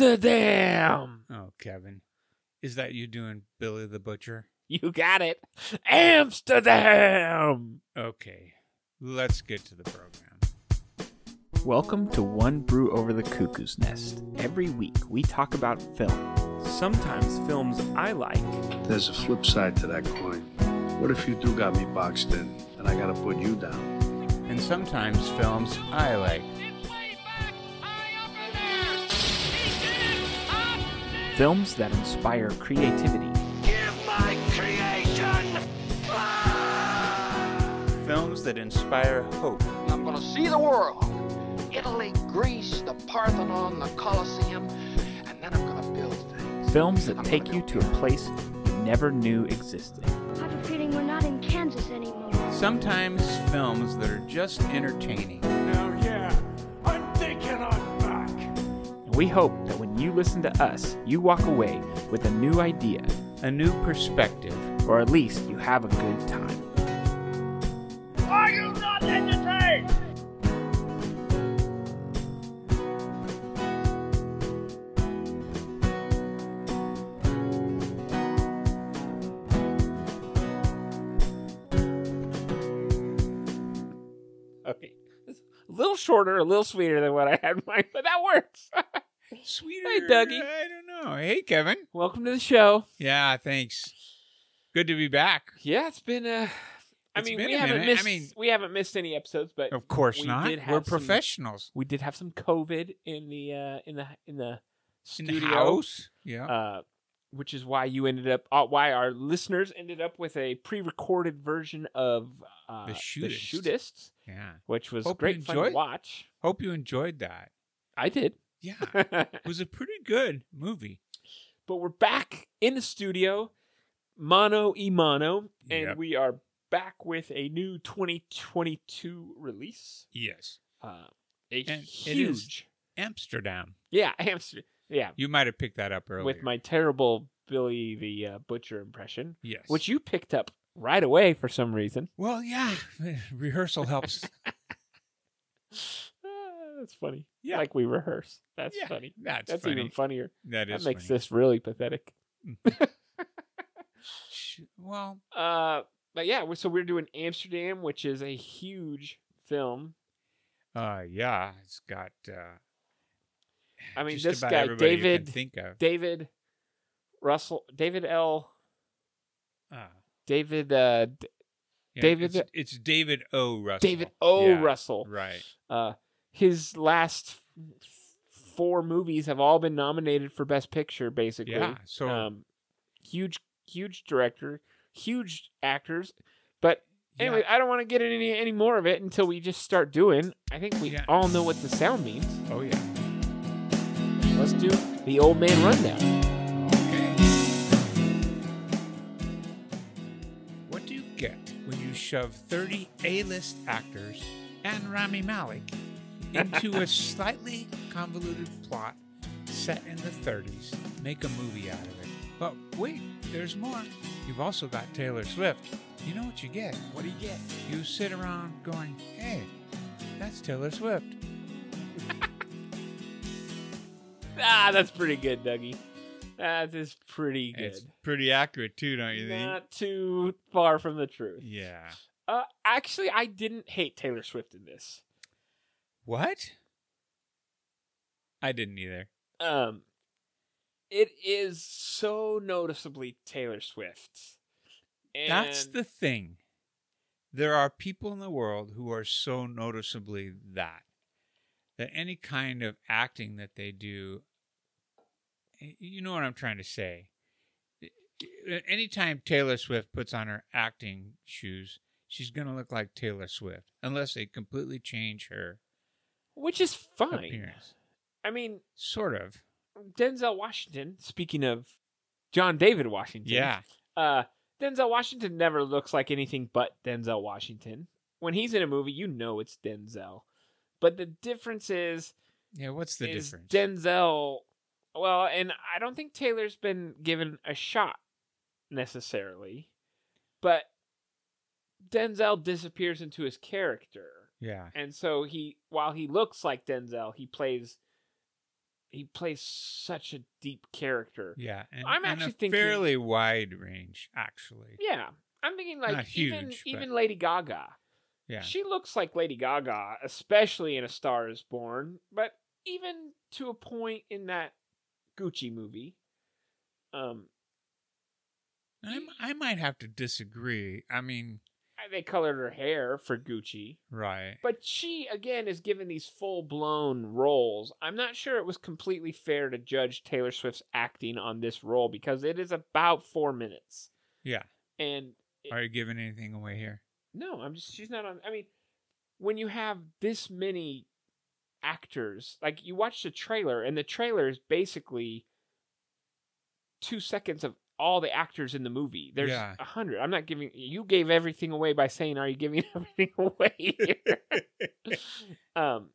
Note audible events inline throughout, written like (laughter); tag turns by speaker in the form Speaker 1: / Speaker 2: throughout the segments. Speaker 1: Amsterdam.
Speaker 2: Oh, Kevin, is that you doing Billy the Butcher?
Speaker 1: (laughs) You got it. Amsterdam.
Speaker 2: Okay, let's get to the program.
Speaker 3: Welcome to One Brew Over the Cuckoo's Nest. Every week we talk about film. Sometimes films I like.
Speaker 4: There's a flip side to that coin. What if you do got me boxed in and I gotta put you down?
Speaker 2: And sometimes films I like.
Speaker 3: Films that inspire creativity.
Speaker 2: Films that inspire hope.
Speaker 5: I'm going to see the world. Italy, Greece, the Parthenon, the Colosseum, and then I'm going to build things.
Speaker 3: Films that
Speaker 5: I'm
Speaker 3: take
Speaker 5: gonna
Speaker 3: you
Speaker 5: build
Speaker 3: to a place you never knew existed.
Speaker 6: I have a feeling we're not in Kansas anymore.
Speaker 2: Sometimes films that are just entertaining.
Speaker 3: And we hope that when you listen to us, you walk away with a new idea,
Speaker 2: A new perspective.
Speaker 3: or at least you have a good time.
Speaker 1: Okay. A little shorter, a little sweeter than what I had in mind, but that works.
Speaker 2: Sweeter.
Speaker 1: Hey, Dougie.
Speaker 2: I don't know. Hey, Kevin.
Speaker 1: Welcome to the show.
Speaker 2: Yeah, thanks. Good to be back.
Speaker 1: Yeah, it's been uh I
Speaker 2: It's
Speaker 1: mean,
Speaker 2: been
Speaker 1: we
Speaker 2: a
Speaker 1: haven't
Speaker 2: minute. I
Speaker 1: missed
Speaker 2: mean- Oh.
Speaker 1: we haven't missed any episodes, but
Speaker 2: Of course
Speaker 1: We
Speaker 2: not.
Speaker 1: did have
Speaker 2: We're
Speaker 1: some-
Speaker 2: professionals.
Speaker 1: we did have some COVID in the uh in the in the
Speaker 2: In
Speaker 1: studio.
Speaker 2: the house. Oh. Yeah.
Speaker 1: Uh which is why you ended up uh, why our listeners ended up with a pre-recorded version of uh
Speaker 2: The Shootists.
Speaker 1: Shootists,
Speaker 2: yeah.
Speaker 1: which was
Speaker 2: Hope you
Speaker 1: great fun to
Speaker 2: enjoyed.
Speaker 1: watch.
Speaker 2: Hope you enjoyed that.
Speaker 1: I
Speaker 2: (laughs)
Speaker 1: did.
Speaker 2: Yeah.
Speaker 1: (laughs)
Speaker 2: it
Speaker 1: but
Speaker 2: was a pretty good movie.
Speaker 1: we're back in the studio, mono e mono, and
Speaker 2: Yep.
Speaker 1: we are back with a new 2022 release.
Speaker 2: Yes.
Speaker 1: Uh, a
Speaker 2: And it is-
Speaker 1: huge,
Speaker 2: Amsterdam.
Speaker 1: yeah, (laughs) hamster, yeah,
Speaker 2: You might have picked that up earlier.
Speaker 1: with my terrible Billy the uh, Butcher impression,
Speaker 2: yes.
Speaker 1: which you picked up right away for some reason. (sighs)
Speaker 2: Well, yeah. (laughs) Rehearsal
Speaker 1: (laughs)
Speaker 2: helps.
Speaker 1: Ah, that's funny.
Speaker 2: Yeah.
Speaker 1: like we rehearse. That's
Speaker 2: Yeah,
Speaker 1: funny.
Speaker 2: That's,
Speaker 1: That's
Speaker 2: funny.
Speaker 1: even funnier.
Speaker 2: that
Speaker 1: That
Speaker 2: is
Speaker 1: makes
Speaker 2: funny.
Speaker 1: this really pathetic.
Speaker 2: Sh- Well,
Speaker 1: Uh, but yeah, we- so we're doing Amsterdam, which is a huge film.
Speaker 2: uh, yeah. It's got. Uh,
Speaker 1: I mean,
Speaker 2: just
Speaker 1: this
Speaker 2: about
Speaker 1: guy,
Speaker 2: everybody you can
Speaker 1: David-
Speaker 2: think of.
Speaker 1: David Russell, David L.
Speaker 2: Ah,
Speaker 1: David, uh, D-
Speaker 2: yeah,
Speaker 1: David-
Speaker 2: It's, it's David O. Russell.
Speaker 1: David O.
Speaker 2: Yeah,
Speaker 1: Russell.
Speaker 2: Right.
Speaker 1: Uh, his last f- four movies have all been nominated for Best Picture, basically.
Speaker 2: Yeah. So
Speaker 1: Um, huge, huge director, huge actors. But
Speaker 2: yeah.
Speaker 1: anyway, I don't want to get into any, any more of it until we just start doing. I think we
Speaker 2: Yeah.
Speaker 1: all know what the sound means.
Speaker 2: Oh yeah.
Speaker 1: Let's do the old man rundown.
Speaker 2: Okay. What do you get when you shove 30 A-list actors and Rami Malik into (laughs) a slightly convoluted plot set in the 30s? Make a movie out of it. But wait, there's more. You've also got Taylor Swift. You know what you get? What do you get? You sit around going, "Hey, that's Taylor Swift."
Speaker 1: Ah, that's pretty good, Dougie. That is pretty good.
Speaker 2: It's pretty accurate too, don't you think?
Speaker 1: Not too far from the truth.
Speaker 2: Yeah.
Speaker 1: Uh, actually, I didn't hate Taylor Swift in this.
Speaker 2: What? I didn't either.
Speaker 1: Um, it is so noticeably Taylor Swift. And
Speaker 2: That's the thing. There are people in the world who are so noticeably that that any kind of acting that they do y- you know what I'm trying to say. Y- y- Anytime Taylor Swift puts on her acting shoes, she's going to look like Taylor Swift unless they completely change her
Speaker 1: which is fine.
Speaker 2: appearance.
Speaker 1: I mean,
Speaker 2: Sort of.
Speaker 1: Denzel Washington. Speaking of John David Washington,
Speaker 2: Yeah.
Speaker 1: Uh, Denzel Washington never looks like anything but Denzel Washington. When he's in a movie, you know it's Denzel. But the difference is,
Speaker 2: Yeah, what's the
Speaker 1: is
Speaker 2: difference?
Speaker 1: Denzel. Well, and I don't think Taylor's been given a shot necessarily, but Denzel disappears into his character,
Speaker 2: yeah.
Speaker 1: and so he, while he looks like Denzel, he plays he plays such a deep character.
Speaker 2: Yeah, and,
Speaker 1: I'm
Speaker 2: and
Speaker 1: actually
Speaker 2: a
Speaker 1: thinking-
Speaker 2: fairly wide range, actually.
Speaker 1: Yeah, I'm thinking
Speaker 2: Not
Speaker 1: like
Speaker 2: huge,
Speaker 1: even
Speaker 2: but-
Speaker 1: even Lady Gaga.
Speaker 2: Yeah,
Speaker 1: She looks like Lady Gaga, especially in A Star Is Born, but even to a point in that Gucci movie. Um,
Speaker 2: I'm, I might have to disagree. I mean,
Speaker 1: they colored her hair for Gucci,
Speaker 2: right?
Speaker 1: but she again is given these full blown roles. I'm not sure it was completely fair to judge Taylor Swift's acting on this role because it is about four minutes,
Speaker 2: Yeah.
Speaker 1: and
Speaker 2: Are you giving anything away here?
Speaker 1: No, I'm just she's not on. I mean, when you have this many actors, like you watch the trailer, and the trailer is basically two seconds of all the actors in the movie. There's a
Speaker 2: Yeah.
Speaker 1: hundred. I'm not giving. You gave everything away by saying, "Are you giving (laughs) everything away?"
Speaker 2: (laughs)
Speaker 1: here?" um,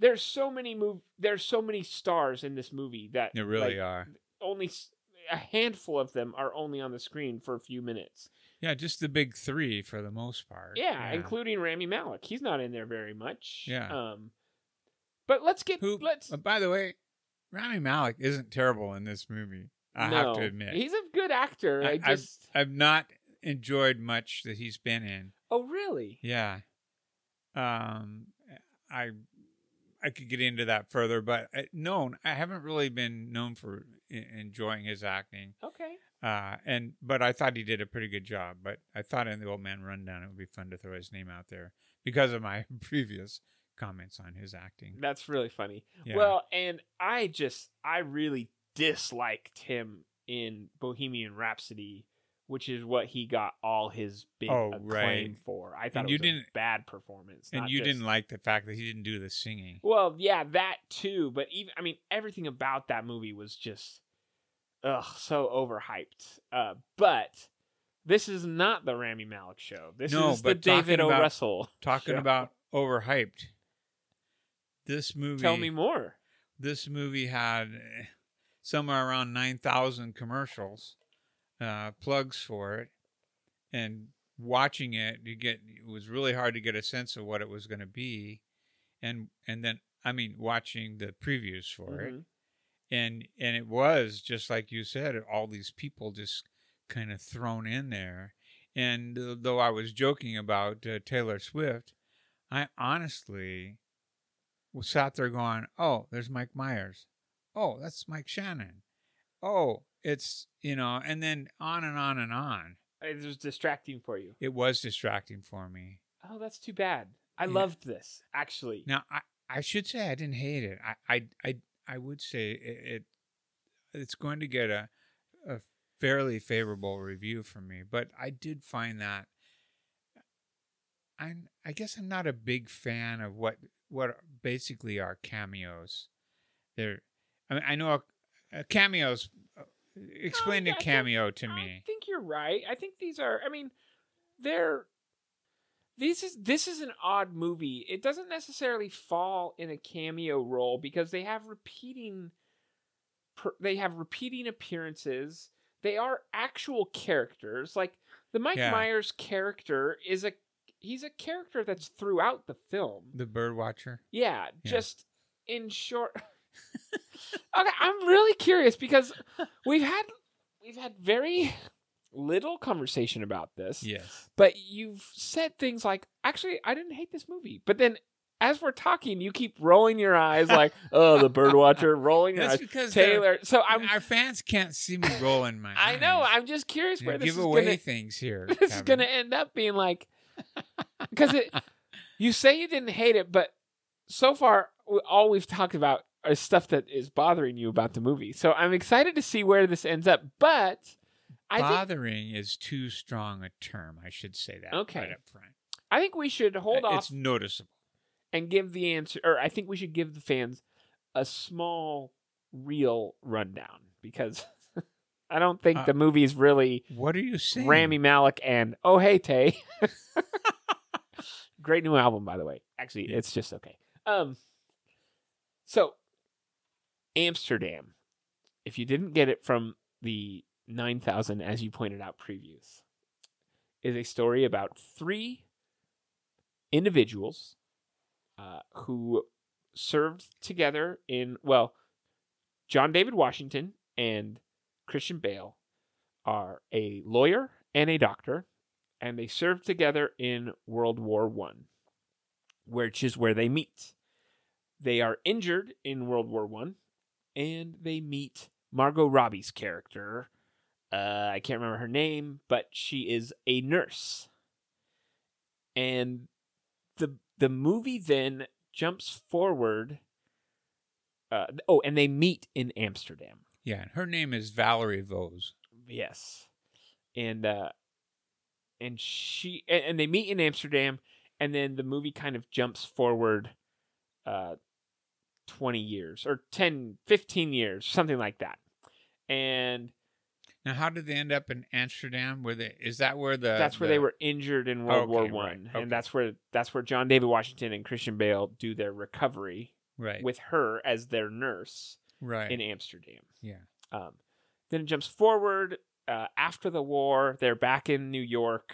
Speaker 1: there's so many move. There's so many stars in this movie that
Speaker 2: They really
Speaker 1: like,
Speaker 2: are.
Speaker 1: only s- a handful of them are only on the screen for a few minutes.
Speaker 2: Yeah, just the big three for the most part.
Speaker 1: Yeah, including Rami Malik. He's not in there very much.
Speaker 2: Yeah.
Speaker 1: Um, but let's get
Speaker 2: Who?
Speaker 1: let's.
Speaker 2: uh, by the way, Rami Malik isn't terrible in this movie. I have to
Speaker 1: no.
Speaker 2: admit,
Speaker 1: he's a good actor. I,
Speaker 2: I- I've-
Speaker 1: just.
Speaker 2: I've not enjoyed much that he's been in.
Speaker 1: oh really?
Speaker 2: Yeah, um, I I could get into that further, but I, no, I haven't really been known for e- enjoying his acting.
Speaker 1: Okay.
Speaker 2: Uh, and but I thought he did a pretty good job. But I thought in the old man rundown it would be fun to throw his name out there because of my (laughs) previous comments on his acting.
Speaker 1: That's really funny.
Speaker 2: Yeah.
Speaker 1: Well, and I just I really disliked him in Bohemian Rhapsody, which is what he got all his big
Speaker 2: Oh,
Speaker 1: acclaim
Speaker 2: right.
Speaker 1: for. I thought
Speaker 2: And
Speaker 1: it
Speaker 2: you
Speaker 1: was a
Speaker 2: didn't-
Speaker 1: bad performance.
Speaker 2: and
Speaker 1: not
Speaker 2: you
Speaker 1: just-
Speaker 2: didn't like the fact that he didn't do the singing.
Speaker 1: Well, yeah, that too. But even I mean, everything about that movie was just ugh, so overhyped. Uh, but this is not the Rami Malik show. This
Speaker 2: No,
Speaker 1: is the
Speaker 2: but talking
Speaker 1: David O.
Speaker 2: about-
Speaker 1: Russell.
Speaker 2: Talking
Speaker 1: show.
Speaker 2: about overhyped. This movie.
Speaker 1: tell me more.
Speaker 2: This movie had eh, somewhere around nine thousand commercials, uh, plugs for it, and watching it, you get it was really hard to get a sense of what it was going to be, and and then I mean watching the previews for it,
Speaker 1: Mhm.
Speaker 2: and and it was just like you said all these people just kind of thrown in there and uh, though i was joking about uh, taylor swift i honestly was sat there going oh there's mike myers oh that's mike shannon oh it's you know and then on and on and on
Speaker 1: It was distracting for you.
Speaker 2: it was distracting for me
Speaker 1: Oh, that's too bad. I
Speaker 2: Yeah.
Speaker 1: loved this actually.
Speaker 2: Now, I, I should say I didn't hate it. I I I, I would say it, it it's going to get a a fairly favorable review from me, but I did find that I I guess I'm not a big fan of what what basically are cameos. They're I mean I know a, a cameos. uh, Explain
Speaker 1: Oh, yeah, I
Speaker 2: a
Speaker 1: think-
Speaker 2: cameo to
Speaker 1: I
Speaker 2: me.
Speaker 1: think you're right. I think these are. I mean, they're. This is this is an odd movie. It doesn't necessarily fall in a cameo role because they have repeating. per- They have repeating appearances. They are actual characters. Like the Mike
Speaker 2: Yeah.
Speaker 1: Myers character is a he's a character that's throughout the film.
Speaker 2: The bird watcher.
Speaker 1: Yeah,
Speaker 2: Yeah.
Speaker 1: just in short. (laughs) okay, I'm really curious
Speaker 2: (laughs)
Speaker 1: because we've had we've had very little conversation about this.
Speaker 2: Yes.
Speaker 1: But you've said things like, "Actually, I didn't hate this movie," but then as we're talking, you keep rolling your eyes
Speaker 2: (laughs)
Speaker 1: like, "Oh, the birdwatcher," rolling your
Speaker 2: That's
Speaker 1: eyes.
Speaker 2: because they're-
Speaker 1: Taylor. So I'm.
Speaker 2: our fans can't see me rolling my.
Speaker 1: I know.
Speaker 2: eyes.
Speaker 1: I'm just curious
Speaker 2: You
Speaker 1: where this
Speaker 2: give
Speaker 1: is
Speaker 2: away
Speaker 1: gonna
Speaker 2: things here.
Speaker 1: (laughs) this is
Speaker 2: Kevin.
Speaker 1: gonna end up being like because it you say you didn't hate it but so far w- all we've talked about is stuff that is bothering you about the movie so i'm excited to see where this ends up but i think
Speaker 2: bothering is too strong a term. I should say that
Speaker 1: Okay.
Speaker 2: right up front.
Speaker 1: i think we should hold
Speaker 2: Uh,
Speaker 1: off
Speaker 2: It's noticeable.
Speaker 1: and give the answer or i think we should give the fans a small real rundown because (laughs) i don't think
Speaker 2: Uh,
Speaker 1: the movie's really
Speaker 2: What are you saying?
Speaker 1: Rami Malik and Oh Hey Tay. (laughs) Great new album, by the way. Actually,
Speaker 2: Yeah.
Speaker 1: it's just okay. Um, so Amsterdam. If you didn't get it from the nine thousand, as you pointed out, previews, is a story about three individuals uh, who served together in well John David Washington and Christian Bale are a lawyer and a doctor, and they served together in World War One, which is where they meet. They are injured in World War One, and they meet Margot Robbie's character. Uh, I can't remember her name, but she is a nurse. And the the movie then jumps forward. Uh, oh, and they meet in Amsterdam.
Speaker 2: Yeah, and her name is Valerie Vose.
Speaker 1: Yes, and uh, and she and, and they meet in Amsterdam, and then the movie kind of jumps forward, uh, twenty years or 10, 15 years, something like that, and
Speaker 2: Now, how did they end up in Amsterdam? Where they is that where the
Speaker 1: that's where
Speaker 2: the-
Speaker 1: they were injured in World War
Speaker 2: Okay,
Speaker 1: One,
Speaker 2: right, okay.
Speaker 1: and that's where that's where John David Washington and Christian Bale do their recovery
Speaker 2: right
Speaker 1: with her as their nurse
Speaker 2: right
Speaker 1: in Amsterdam.
Speaker 2: yeah
Speaker 1: Um, then it jumps forward uh, after the war. They're back in New York,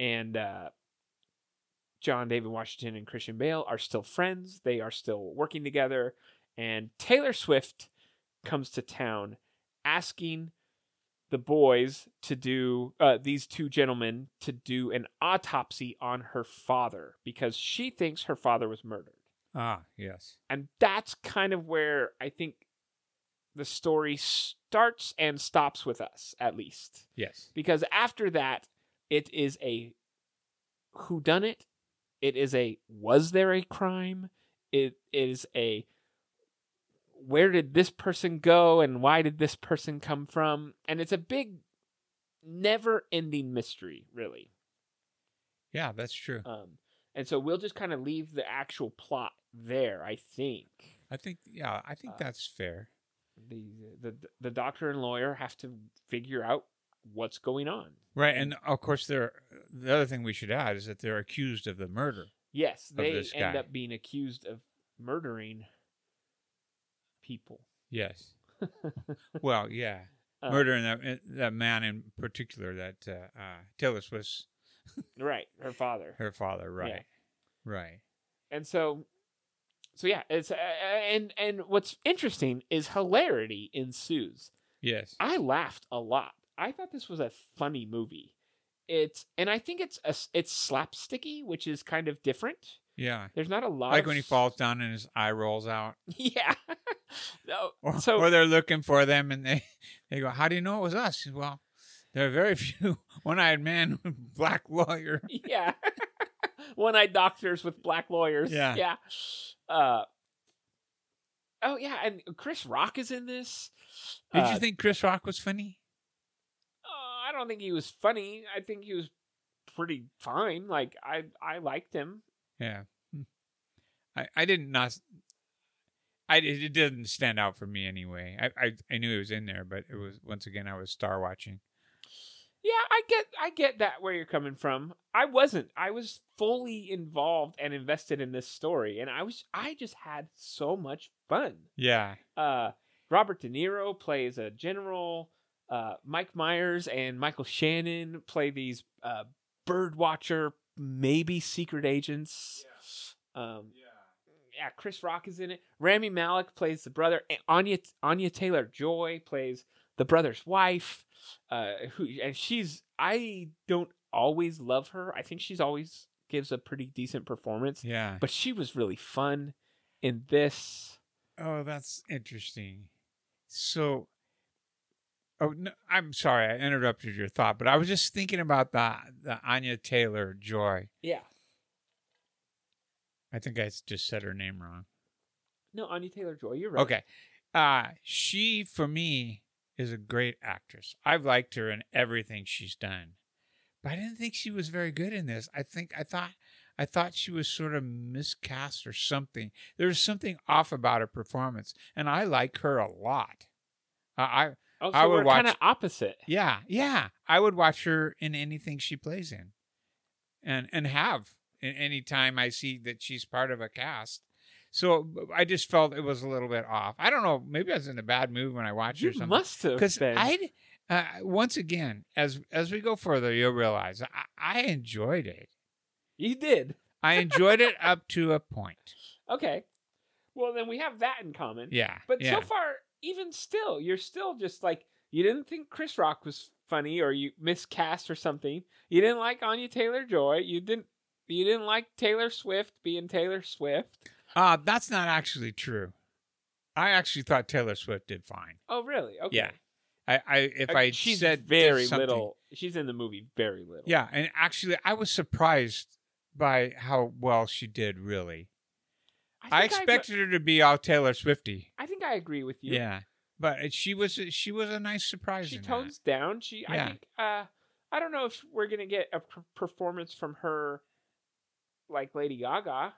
Speaker 1: and uh, John David Washington and Christian Bale are still friends. They are still working together, and Taylor Swift comes to town asking the boys to do uh, these two gentlemen to do an autopsy on her father because she thinks her father was murdered
Speaker 2: ah yes
Speaker 1: and that's kind of where I think the story starts and stops with us, at least,
Speaker 2: yes
Speaker 1: because after that, it is a who done it. It is a was there a crime? It is a where did this person go and why did this person come from? And it's a big, never-ending mystery, really.
Speaker 2: yeah that's true.
Speaker 1: Um, and so we'll just kind of leave the actual plot there, I think.
Speaker 2: I think yeah I think
Speaker 1: uh,
Speaker 2: that's fair.
Speaker 1: the the the doctor and lawyer have to figure out what's going on.
Speaker 2: Right, and of course, they're the other thing we should add is that they're accused of the murder.
Speaker 1: Yes, they
Speaker 2: this
Speaker 1: end
Speaker 2: guy.
Speaker 1: up being accused of murdering people. (laughs)
Speaker 2: Yes. well, yeah,
Speaker 1: Uh,
Speaker 2: murdering that that man in particular that uh, uh, Taylor Swift's
Speaker 1: Right, her father.
Speaker 2: her father, right, right,
Speaker 1: And so so yeah, it's uh, and and what's interesting is hilarity ensues.
Speaker 2: yes,
Speaker 1: I laughed a lot. I thought this was a funny movie. It's and I think it's a, it's slapsticky, which is kind of different.
Speaker 2: yeah.
Speaker 1: There's not a lot
Speaker 2: Like
Speaker 1: of
Speaker 2: when he
Speaker 1: s-
Speaker 2: falls down and his eye rolls out,
Speaker 1: (laughs)
Speaker 2: (laughs)
Speaker 1: Yeah. (laughs) no,
Speaker 2: or,
Speaker 1: so
Speaker 2: or they're looking for them and they (laughs) they go, "How do you know it was us?" He says, Well, there are very (laughs) few one-eyed man, with (laughs) black lawyer.
Speaker 1: yeah. (laughs) One-eyed doctors with black lawyers.
Speaker 2: Yeah.
Speaker 1: Yeah. Uh, oh yeah, and Chris Rock is in this.
Speaker 2: Did
Speaker 1: Uh,
Speaker 2: you think Chris Rock was funny?
Speaker 1: uh, I don't think he was funny. I think he was pretty fine. Like I, I liked him.
Speaker 2: Yeah. Hmm. I, I didn't not I it it didn't stand out for me anyway. I, I I knew it was in there, but it was once again I was star watching.
Speaker 1: Yeah, I get, I get that where you're coming from. I wasn't. I was fully involved and invested in this story, and I was, I just had so much fun.
Speaker 2: Yeah.
Speaker 1: uh, Robert De Niro plays a general. Uh, Mike Myers and Michael Shannon play these uh, bird watcher, maybe secret agents. Um, yeah. Chris Rock is in it. Rami Malik plays the brother. And Anya Anya Taylor Joy plays the brother's wife. Uh, who and she's I don't always love her. I think she's always gives a pretty decent performance,
Speaker 2: Yeah.
Speaker 1: but she was really fun in this.
Speaker 2: Oh, that's interesting. So Oh, no, I'm sorry I interrupted your thought, but I was just thinking about the the Anya Taylor Joy.
Speaker 1: Yeah.
Speaker 2: I think I just said her name wrong.
Speaker 1: No, Anya Taylor Joy. You're right.
Speaker 2: Okay. Uh she for me is a great actress. I've liked her in everything she's done. But I didn't think she was very good in this. I think I thought I thought she was sort of miscast or something. There was something off about her performance, and I like her a lot. I, I
Speaker 1: Oh, so
Speaker 2: I would
Speaker 1: we're kind of
Speaker 2: watch-
Speaker 1: opposite.
Speaker 2: yeah, yeah. I would watch her in anything she plays in, and and have in any time I see that she's part of a cast. So I just felt it was a little bit off. I don't know. Maybe I was in a bad mood when I watched her.
Speaker 1: You
Speaker 2: or something.
Speaker 1: must have
Speaker 2: because
Speaker 1: been.
Speaker 2: I uh, once again as as we go further, you'll realize I, I enjoyed it.
Speaker 1: You did.
Speaker 2: I enjoyed it up to a point.
Speaker 1: Okay. Well, then we have that in common.
Speaker 2: Yeah,
Speaker 1: But
Speaker 2: yeah.
Speaker 1: so far, even still, you're still just like you didn't think Chris Rock was funny, or you miscast or something. You didn't like Anya Taylor Joy. You didn't. You didn't like Taylor Swift being Taylor Swift.
Speaker 2: Uh, that's not actually true. I actually thought Taylor Swift did fine.
Speaker 1: Oh, really? Okay.
Speaker 2: Yeah. I, I if
Speaker 1: Uh,
Speaker 2: I
Speaker 1: she's
Speaker 2: said did
Speaker 1: very
Speaker 2: something-
Speaker 1: little. She's in the movie very little.
Speaker 2: Yeah, and actually, I was surprised by how well she did. Really, I,
Speaker 1: think I,
Speaker 2: expected her to be all Taylor Swifty.
Speaker 1: I think I agree with you.
Speaker 2: Yeah, but it- she was she was a nice surprise.
Speaker 1: she
Speaker 2: in that.
Speaker 1: tones down. She, I
Speaker 2: Yeah.
Speaker 1: think, uh, I don't know if we're gonna get a per- performance from her, like Lady Gaga.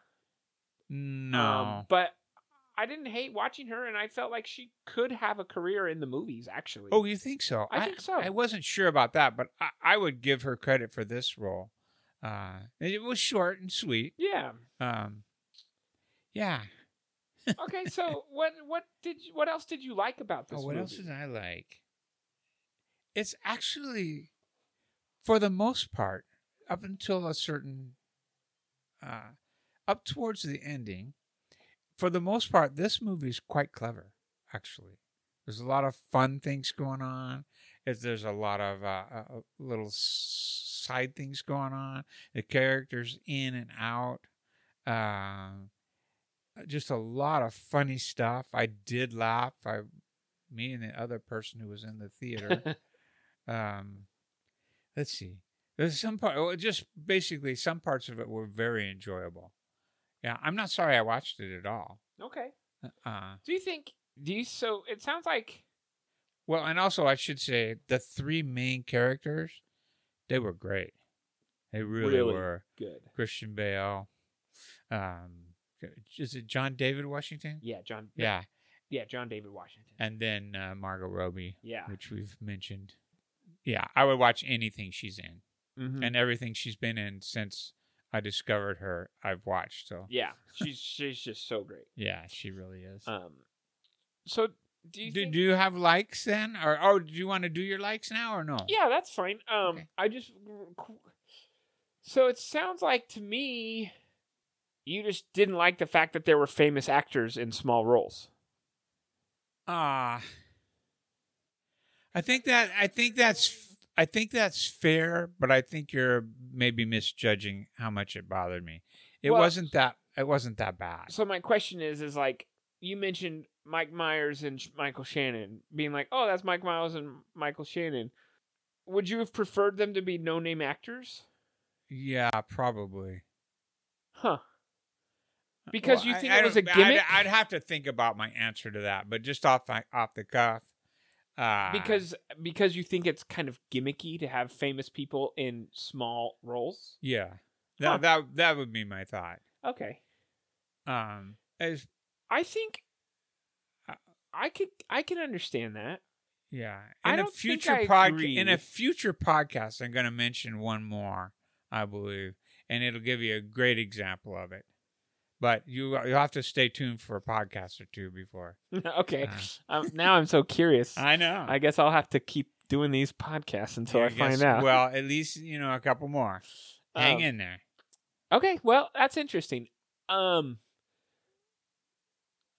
Speaker 2: No,
Speaker 1: um, but I didn't hate watching her, and I felt like she could have a career in the movies. Actually,
Speaker 2: oh, you think so?
Speaker 1: I think so.
Speaker 2: I wasn't sure about that, but I, I would give her credit for this role. Uh, and it was short and sweet.
Speaker 1: yeah.
Speaker 2: Um, yeah.
Speaker 1: Okay,
Speaker 2: (laughs)
Speaker 1: so what what did you, what else did you like about this?
Speaker 2: Oh, what else
Speaker 1: movie?
Speaker 2: did I like? It's actually, for the most part, up until a certain, uh, up towards the ending, for the most part, this movie is quite clever. Actually, there's a lot of fun things going on. If there's a lot of uh, uh, uh, little s- side things going on, the characters in and out. Um, just a lot of funny stuff. I did laugh. I, me and the other person who was in the theater.
Speaker 1: (laughs)
Speaker 2: um, let's see. There's some part. Well, just basically, some parts of it were very enjoyable. Yeah, I'm not sorry I watched it at all.
Speaker 1: Okay,
Speaker 2: Uh,
Speaker 1: do you think do you so? It sounds like
Speaker 2: well, and also I should say the three main characters, they were great. They really,
Speaker 1: Really?
Speaker 2: were.
Speaker 1: good.
Speaker 2: Christian Bale. Um, is it John David Washington?
Speaker 1: Yeah, John.
Speaker 2: Yeah,
Speaker 1: yeah, John David Washington.
Speaker 2: and then uh, Margot Robbie,
Speaker 1: yeah,
Speaker 2: which we've mentioned. Yeah, I would watch anything she's in
Speaker 1: Mhm.
Speaker 2: and everything she's been in since I discovered her. I've watched. So
Speaker 1: yeah, she's she's just so great.
Speaker 2: yeah, she really is.
Speaker 1: Um, so do you
Speaker 2: do,
Speaker 1: think-
Speaker 2: do you have likes then, or oh, do you want to do your likes now or no?
Speaker 1: Yeah, that's fine. Um,
Speaker 2: Okay.
Speaker 1: I just so it sounds like to me, you just didn't like the fact that there were famous actors in small roles.
Speaker 2: Ah, I think that I think that's I think that's fair, but I think you're maybe misjudging how much it bothered me. It
Speaker 1: Well-
Speaker 2: wasn't that it wasn't that bad.
Speaker 1: So my question is, is like you mentioned Mike Myers and Sh- Michael Shannon being like, oh, that's Mike Myers and Michael Shannon. Would you have preferred them to be no-name actors?
Speaker 2: yeah, probably.
Speaker 1: Huh? Because
Speaker 2: Uh, Well,
Speaker 1: you
Speaker 2: I-
Speaker 1: think
Speaker 2: I
Speaker 1: it was a
Speaker 2: don't- I'd-
Speaker 1: gimmick?
Speaker 2: I'd, have to think about my answer to that, but just off my, off the cuff, uh,
Speaker 1: because because you think it's kind of gimmicky to have famous people in small roles.
Speaker 2: yeah, that
Speaker 1: Huh.
Speaker 2: that that would be my thought.
Speaker 1: Okay.
Speaker 2: Um, as,
Speaker 1: I think
Speaker 2: Ah.
Speaker 1: I could I can understand that. (laughs)
Speaker 2: yeah,
Speaker 1: I
Speaker 2: in a
Speaker 1: don't think
Speaker 2: future
Speaker 1: I
Speaker 2: podcast,
Speaker 1: agree.
Speaker 2: in a future podcast, I'm going to mention one more, I believe, and it'll give you a great example of it. But you you'll have to stay tuned for a podcast or two before.
Speaker 1: okay.
Speaker 2: Uh.
Speaker 1: Um, now I'm so
Speaker 2: (laughs)
Speaker 1: curious. I,
Speaker 2: I know.
Speaker 1: guess I'll have to keep doing these podcasts until
Speaker 2: Ah.
Speaker 1: I
Speaker 2: Yeah,
Speaker 1: find
Speaker 2: guess-
Speaker 1: out.
Speaker 2: Well, at least you know a couple more. Hang
Speaker 1: Um,
Speaker 2: in there.
Speaker 1: Okay, well, that's interesting. Um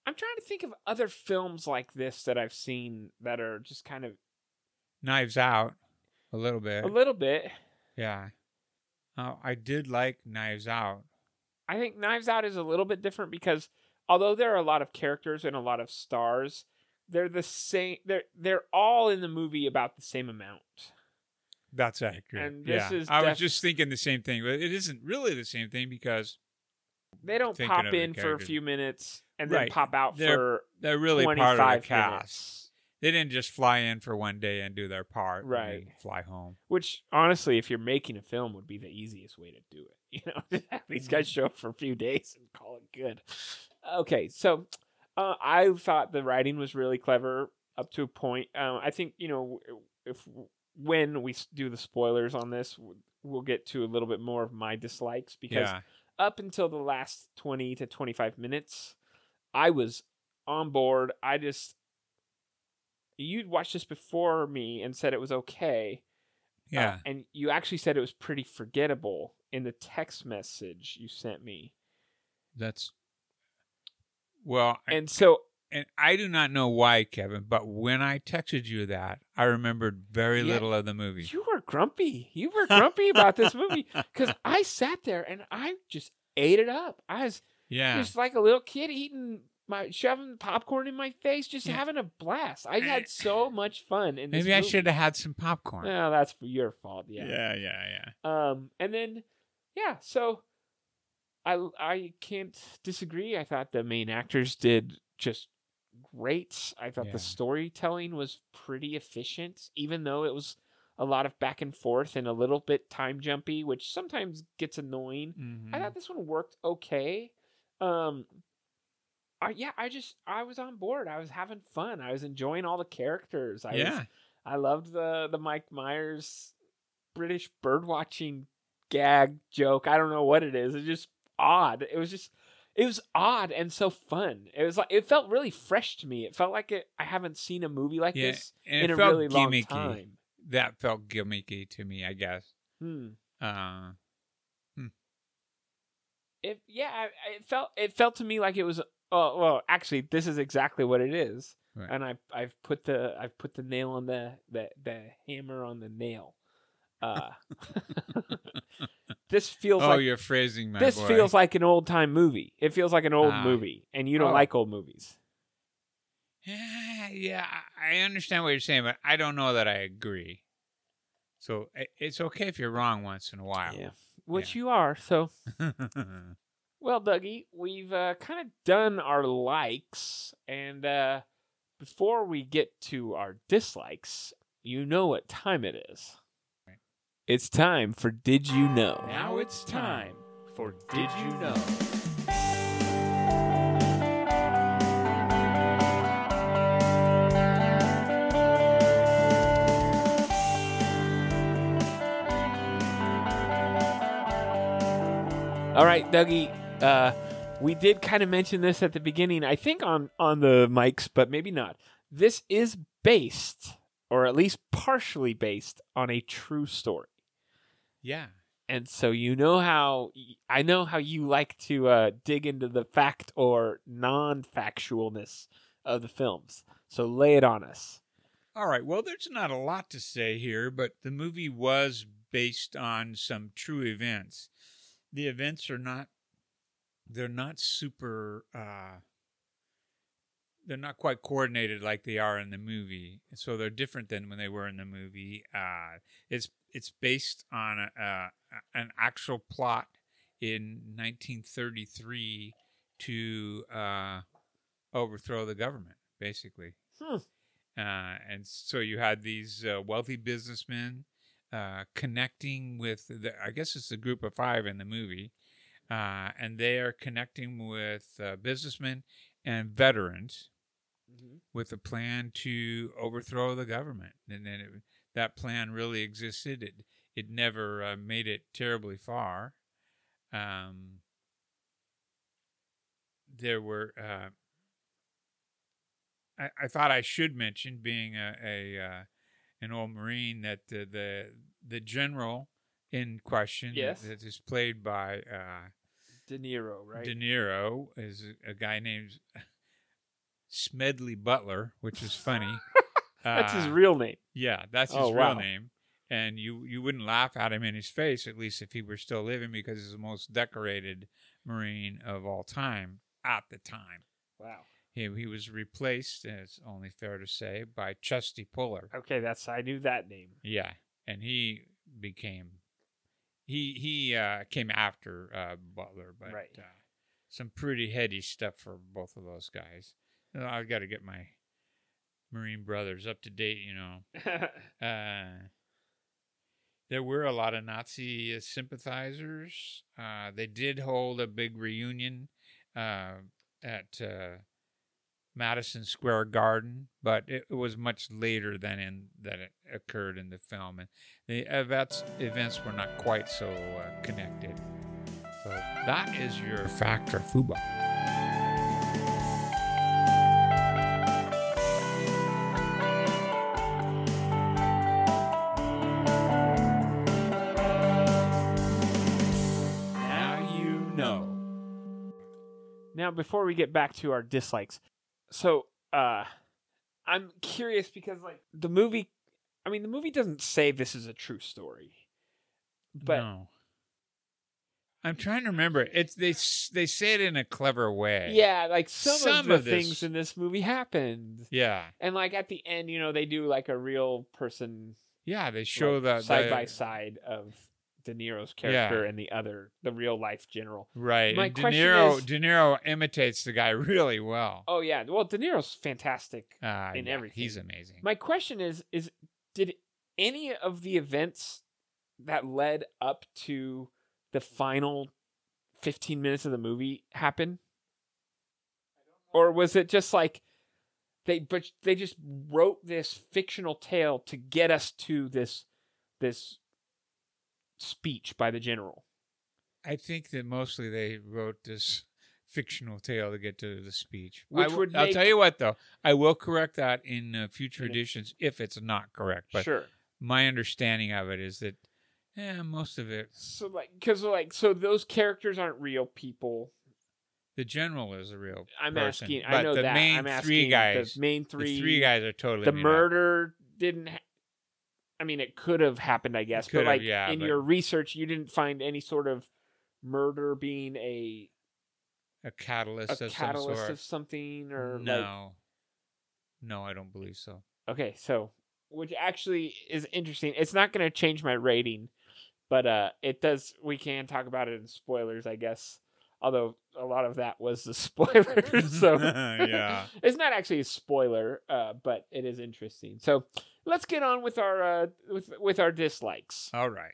Speaker 1: I'm trying to think of other films like this that I've seen that are just kind of
Speaker 2: Knives Out a little bit.
Speaker 1: a little bit.
Speaker 2: yeah. Oh, I did like Knives Out.
Speaker 1: I think Knives Out is a little bit different because although there are a lot of characters and a lot of stars, they're the same they're they're all in the movie about the same amount.
Speaker 2: That's accurate.
Speaker 1: And this
Speaker 2: yeah.
Speaker 1: is
Speaker 2: I
Speaker 1: def-
Speaker 2: was just thinking the same thing, but it isn't really the same thing because
Speaker 1: They don't
Speaker 2: thinking
Speaker 1: pop
Speaker 2: of the
Speaker 1: in for a
Speaker 2: characters.
Speaker 1: few minutes and
Speaker 2: Right.
Speaker 1: then pop out
Speaker 2: They're
Speaker 1: for
Speaker 2: they're really part
Speaker 1: 25
Speaker 2: of the cast.
Speaker 1: minutes.
Speaker 2: They didn't just fly in for one day and do their part, and
Speaker 1: Right.
Speaker 2: then fly home.
Speaker 1: Which honestly, if you're making a film, would be the easiest way to do it. (laughs) You know, just have these guys show up for a few days and call it good. Okay, so uh, I thought the writing was really clever up to a point. Um, I think you know if when we s- do the spoilers on this, w- we'll get to a little bit more of my dislikes because uh,
Speaker 2: yeah,
Speaker 1: up until the last 20 to 25 minutes i was on board i just you watched this before me and said it was okay uh,
Speaker 2: yeah.
Speaker 1: and you actually said it was pretty forgettable in the text message you sent me
Speaker 2: that's well. I-
Speaker 1: and so
Speaker 2: and I do not know why, Kevin, but when I texted you that, I remembered very
Speaker 1: Yeah.
Speaker 2: little of the movie.
Speaker 1: You were grumpy. You
Speaker 2: (laughs)
Speaker 1: were grumpy about this movie because I sat there and I just ate it up. I was
Speaker 2: yeah.
Speaker 1: just like a little kid eating my shoving popcorn in my face, just
Speaker 2: Yeah. Eh.
Speaker 1: having a blast. I had so much fun. In this
Speaker 2: Maybe I
Speaker 1: movie.
Speaker 2: should have had some popcorn.
Speaker 1: No, that's your fault.
Speaker 2: yeah, yeah. yeah.
Speaker 1: Um, and then, yeah, so I I can't disagree. I thought the main actors did just great. I thought
Speaker 2: Yeah.
Speaker 1: the storytelling was pretty efficient, even though it was a lot of back and forth and a little bit time jumpy, which sometimes gets annoying.
Speaker 2: Mhm.
Speaker 1: I thought this one worked okay. Um, I, yeah, I just I was on board. I was having fun. I was enjoying all the characters. I was
Speaker 2: yeah.
Speaker 1: I loved the the Mike Myers British birdwatching gag joke. I don't know what it is. It's just odd. It was just it was odd and so fun. It was like it felt really fresh to me. It felt like it, I haven't seen a movie like
Speaker 2: Yeah,
Speaker 1: this
Speaker 2: and
Speaker 1: in
Speaker 2: it
Speaker 1: a
Speaker 2: felt
Speaker 1: really long
Speaker 2: gimmicky.
Speaker 1: time.
Speaker 2: That felt gimmicky to me, I guess.
Speaker 1: Hmm.
Speaker 2: Uh,
Speaker 1: It yeah, I- I- it felt it felt to me like it was. Oh well, actually, this is exactly what it is,
Speaker 2: Right.
Speaker 1: and I I've put the I've put the nail on the the, the hammer on the nail. Uh, (laughs) this feels
Speaker 2: oh,
Speaker 1: like
Speaker 2: you're phrasing my
Speaker 1: this
Speaker 2: boy.
Speaker 1: feels like an old time movie. It feels like an old
Speaker 2: Ah.
Speaker 1: movie, and you don't
Speaker 2: Oh.
Speaker 1: like old movies.
Speaker 2: Eh, yeah, I- I understand what you're saying, but I don't know that I agree. So i- it's okay if you're wrong once in a while.
Speaker 1: Yeah, which you are. So well, Dougie, we've uh, kind of done our likes, and uh, before we get to our dislikes, you know what time it is. It's time for Did You Know?
Speaker 2: Now it's time
Speaker 1: for Did You Know? All right, Dougie. Uh, we did kind of mention this at the beginning, I think on on the mics, but maybe not. This is based, or at least partially based, on a true story.
Speaker 2: (laughs) yeah.
Speaker 1: And so you know how I know how you like to uh, dig into the fact or non-factualness of the films. So lay it on us.
Speaker 2: All right. Well, there's not a lot to say here, but the movie was based on some true events. The events are not they're not super uh they're not quite coordinated like they are in the movie. So they're different than when they were in the movie. Uh it's it's based on a, a an actual plot in 1933 to uh overthrow the government basically.
Speaker 1: Hmm.
Speaker 2: Uh, and so you had these uh, wealthy businessmen uh, connecting with, the, I guess it's the group of five in the movie, uh, and they are connecting with uh, businessmen and veterans
Speaker 1: Mm-hmm.
Speaker 2: with a plan to overthrow the government. And then it, that plan really existed. It it never uh, made it terribly far. Um, there were. Uh, I, I thought I should mention, being a, a uh, an old Marine, that the the, the general in question,
Speaker 1: Yes.
Speaker 2: that is played by uh,
Speaker 1: De Niro, right?
Speaker 2: De Niro is a guy named Smedley Butler, which is funny.
Speaker 1: (laughs) That's his
Speaker 2: Uh,
Speaker 1: real name.
Speaker 2: yeah, that's his
Speaker 1: Oh,
Speaker 2: real
Speaker 1: wow.
Speaker 2: name. And you you wouldn't laugh at him in his face, at least if he were still living, because he's the most decorated Marine of all time at the time.
Speaker 1: Wow.
Speaker 2: He, he was replaced, and it's only fair to say, by Chesty Puller.
Speaker 1: Okay, that's I knew that name. (laughs)
Speaker 2: Yeah, and he became he he uh, came after uh, Butler, but
Speaker 1: Right.
Speaker 2: uh, some pretty heady stuff for both of those guys. And I've got to get my Marine brothers up to date, you know. Uh, there were a lot of Nazi uh, sympathizers. Uh, they did hold a big reunion uh, at uh, Madison Square Garden, but it, it was much later than in that it occurred in the film, and the events events were not quite so uh, connected. So that is your fact or fuba. Now you know.
Speaker 1: now, before we get back to our dislikes, so uh i'm curious because like the movie i mean the movie doesn't say this is a true story but
Speaker 2: no. I'm trying to remember. It's they s- they say it in a clever way.
Speaker 1: yeah like some,
Speaker 2: Some
Speaker 1: of the
Speaker 2: of this-
Speaker 1: things in this movie happened
Speaker 2: Yeah.
Speaker 1: and like at the end you know they do like a real person
Speaker 2: Yeah, they show
Speaker 1: like,
Speaker 2: the
Speaker 1: side
Speaker 2: the-
Speaker 1: by side of de niro's character and the other the real life general
Speaker 2: Right.
Speaker 1: My
Speaker 2: and De
Speaker 1: question
Speaker 2: Niro
Speaker 1: is-
Speaker 2: De Niro imitates the guy really well.
Speaker 1: oh yeah well de niro's fantastic
Speaker 2: uh,
Speaker 1: Oh, in
Speaker 2: yeah,
Speaker 1: everything.
Speaker 2: He's amazing.
Speaker 1: My question is is did any of the events that led up to the final 15 minutes of the movie happen? Or was it just like they but they just wrote this fictional tale to get us to this this speech by the general?
Speaker 2: I think that mostly they wrote this fictional tale to get to the speech.
Speaker 1: Which
Speaker 2: I w-
Speaker 1: would
Speaker 2: I'll
Speaker 1: make-
Speaker 2: tell you what, though, I will correct that in uh, future
Speaker 1: In a-
Speaker 2: editions if it's not correct. But
Speaker 1: sure.
Speaker 2: my understanding of it is that eh, most of it,
Speaker 1: So like cuz like so those characters aren't real people.
Speaker 2: the general is a real.
Speaker 1: I'm
Speaker 2: person,
Speaker 1: asking. I
Speaker 2: but
Speaker 1: know
Speaker 2: the
Speaker 1: that.
Speaker 2: main
Speaker 1: I'm asking
Speaker 2: three guys.
Speaker 1: The main
Speaker 2: The
Speaker 1: three.
Speaker 2: three guys are totally
Speaker 1: The
Speaker 2: made up.
Speaker 1: murder didn't. Ha- I mean, it could have happened, I guess. But
Speaker 2: could've,
Speaker 1: like
Speaker 2: yeah,
Speaker 1: in
Speaker 2: but-
Speaker 1: your research, you didn't find any sort of murder being a
Speaker 2: a catalyst
Speaker 1: a
Speaker 2: of some
Speaker 1: catalyst
Speaker 2: sort.
Speaker 1: of something or like.
Speaker 2: no, no, I don't believe so.
Speaker 1: Okay, so which actually is interesting. It's not going to change my rating, but uh, it does. We can talk about it in spoilers, I guess. Although a lot of that was the (laughs) spoiler, so.
Speaker 2: yeah.
Speaker 1: (laughs) it's not actually a spoiler, uh, but it is interesting. So let's get on with our uh, with with our dislikes.
Speaker 2: All right.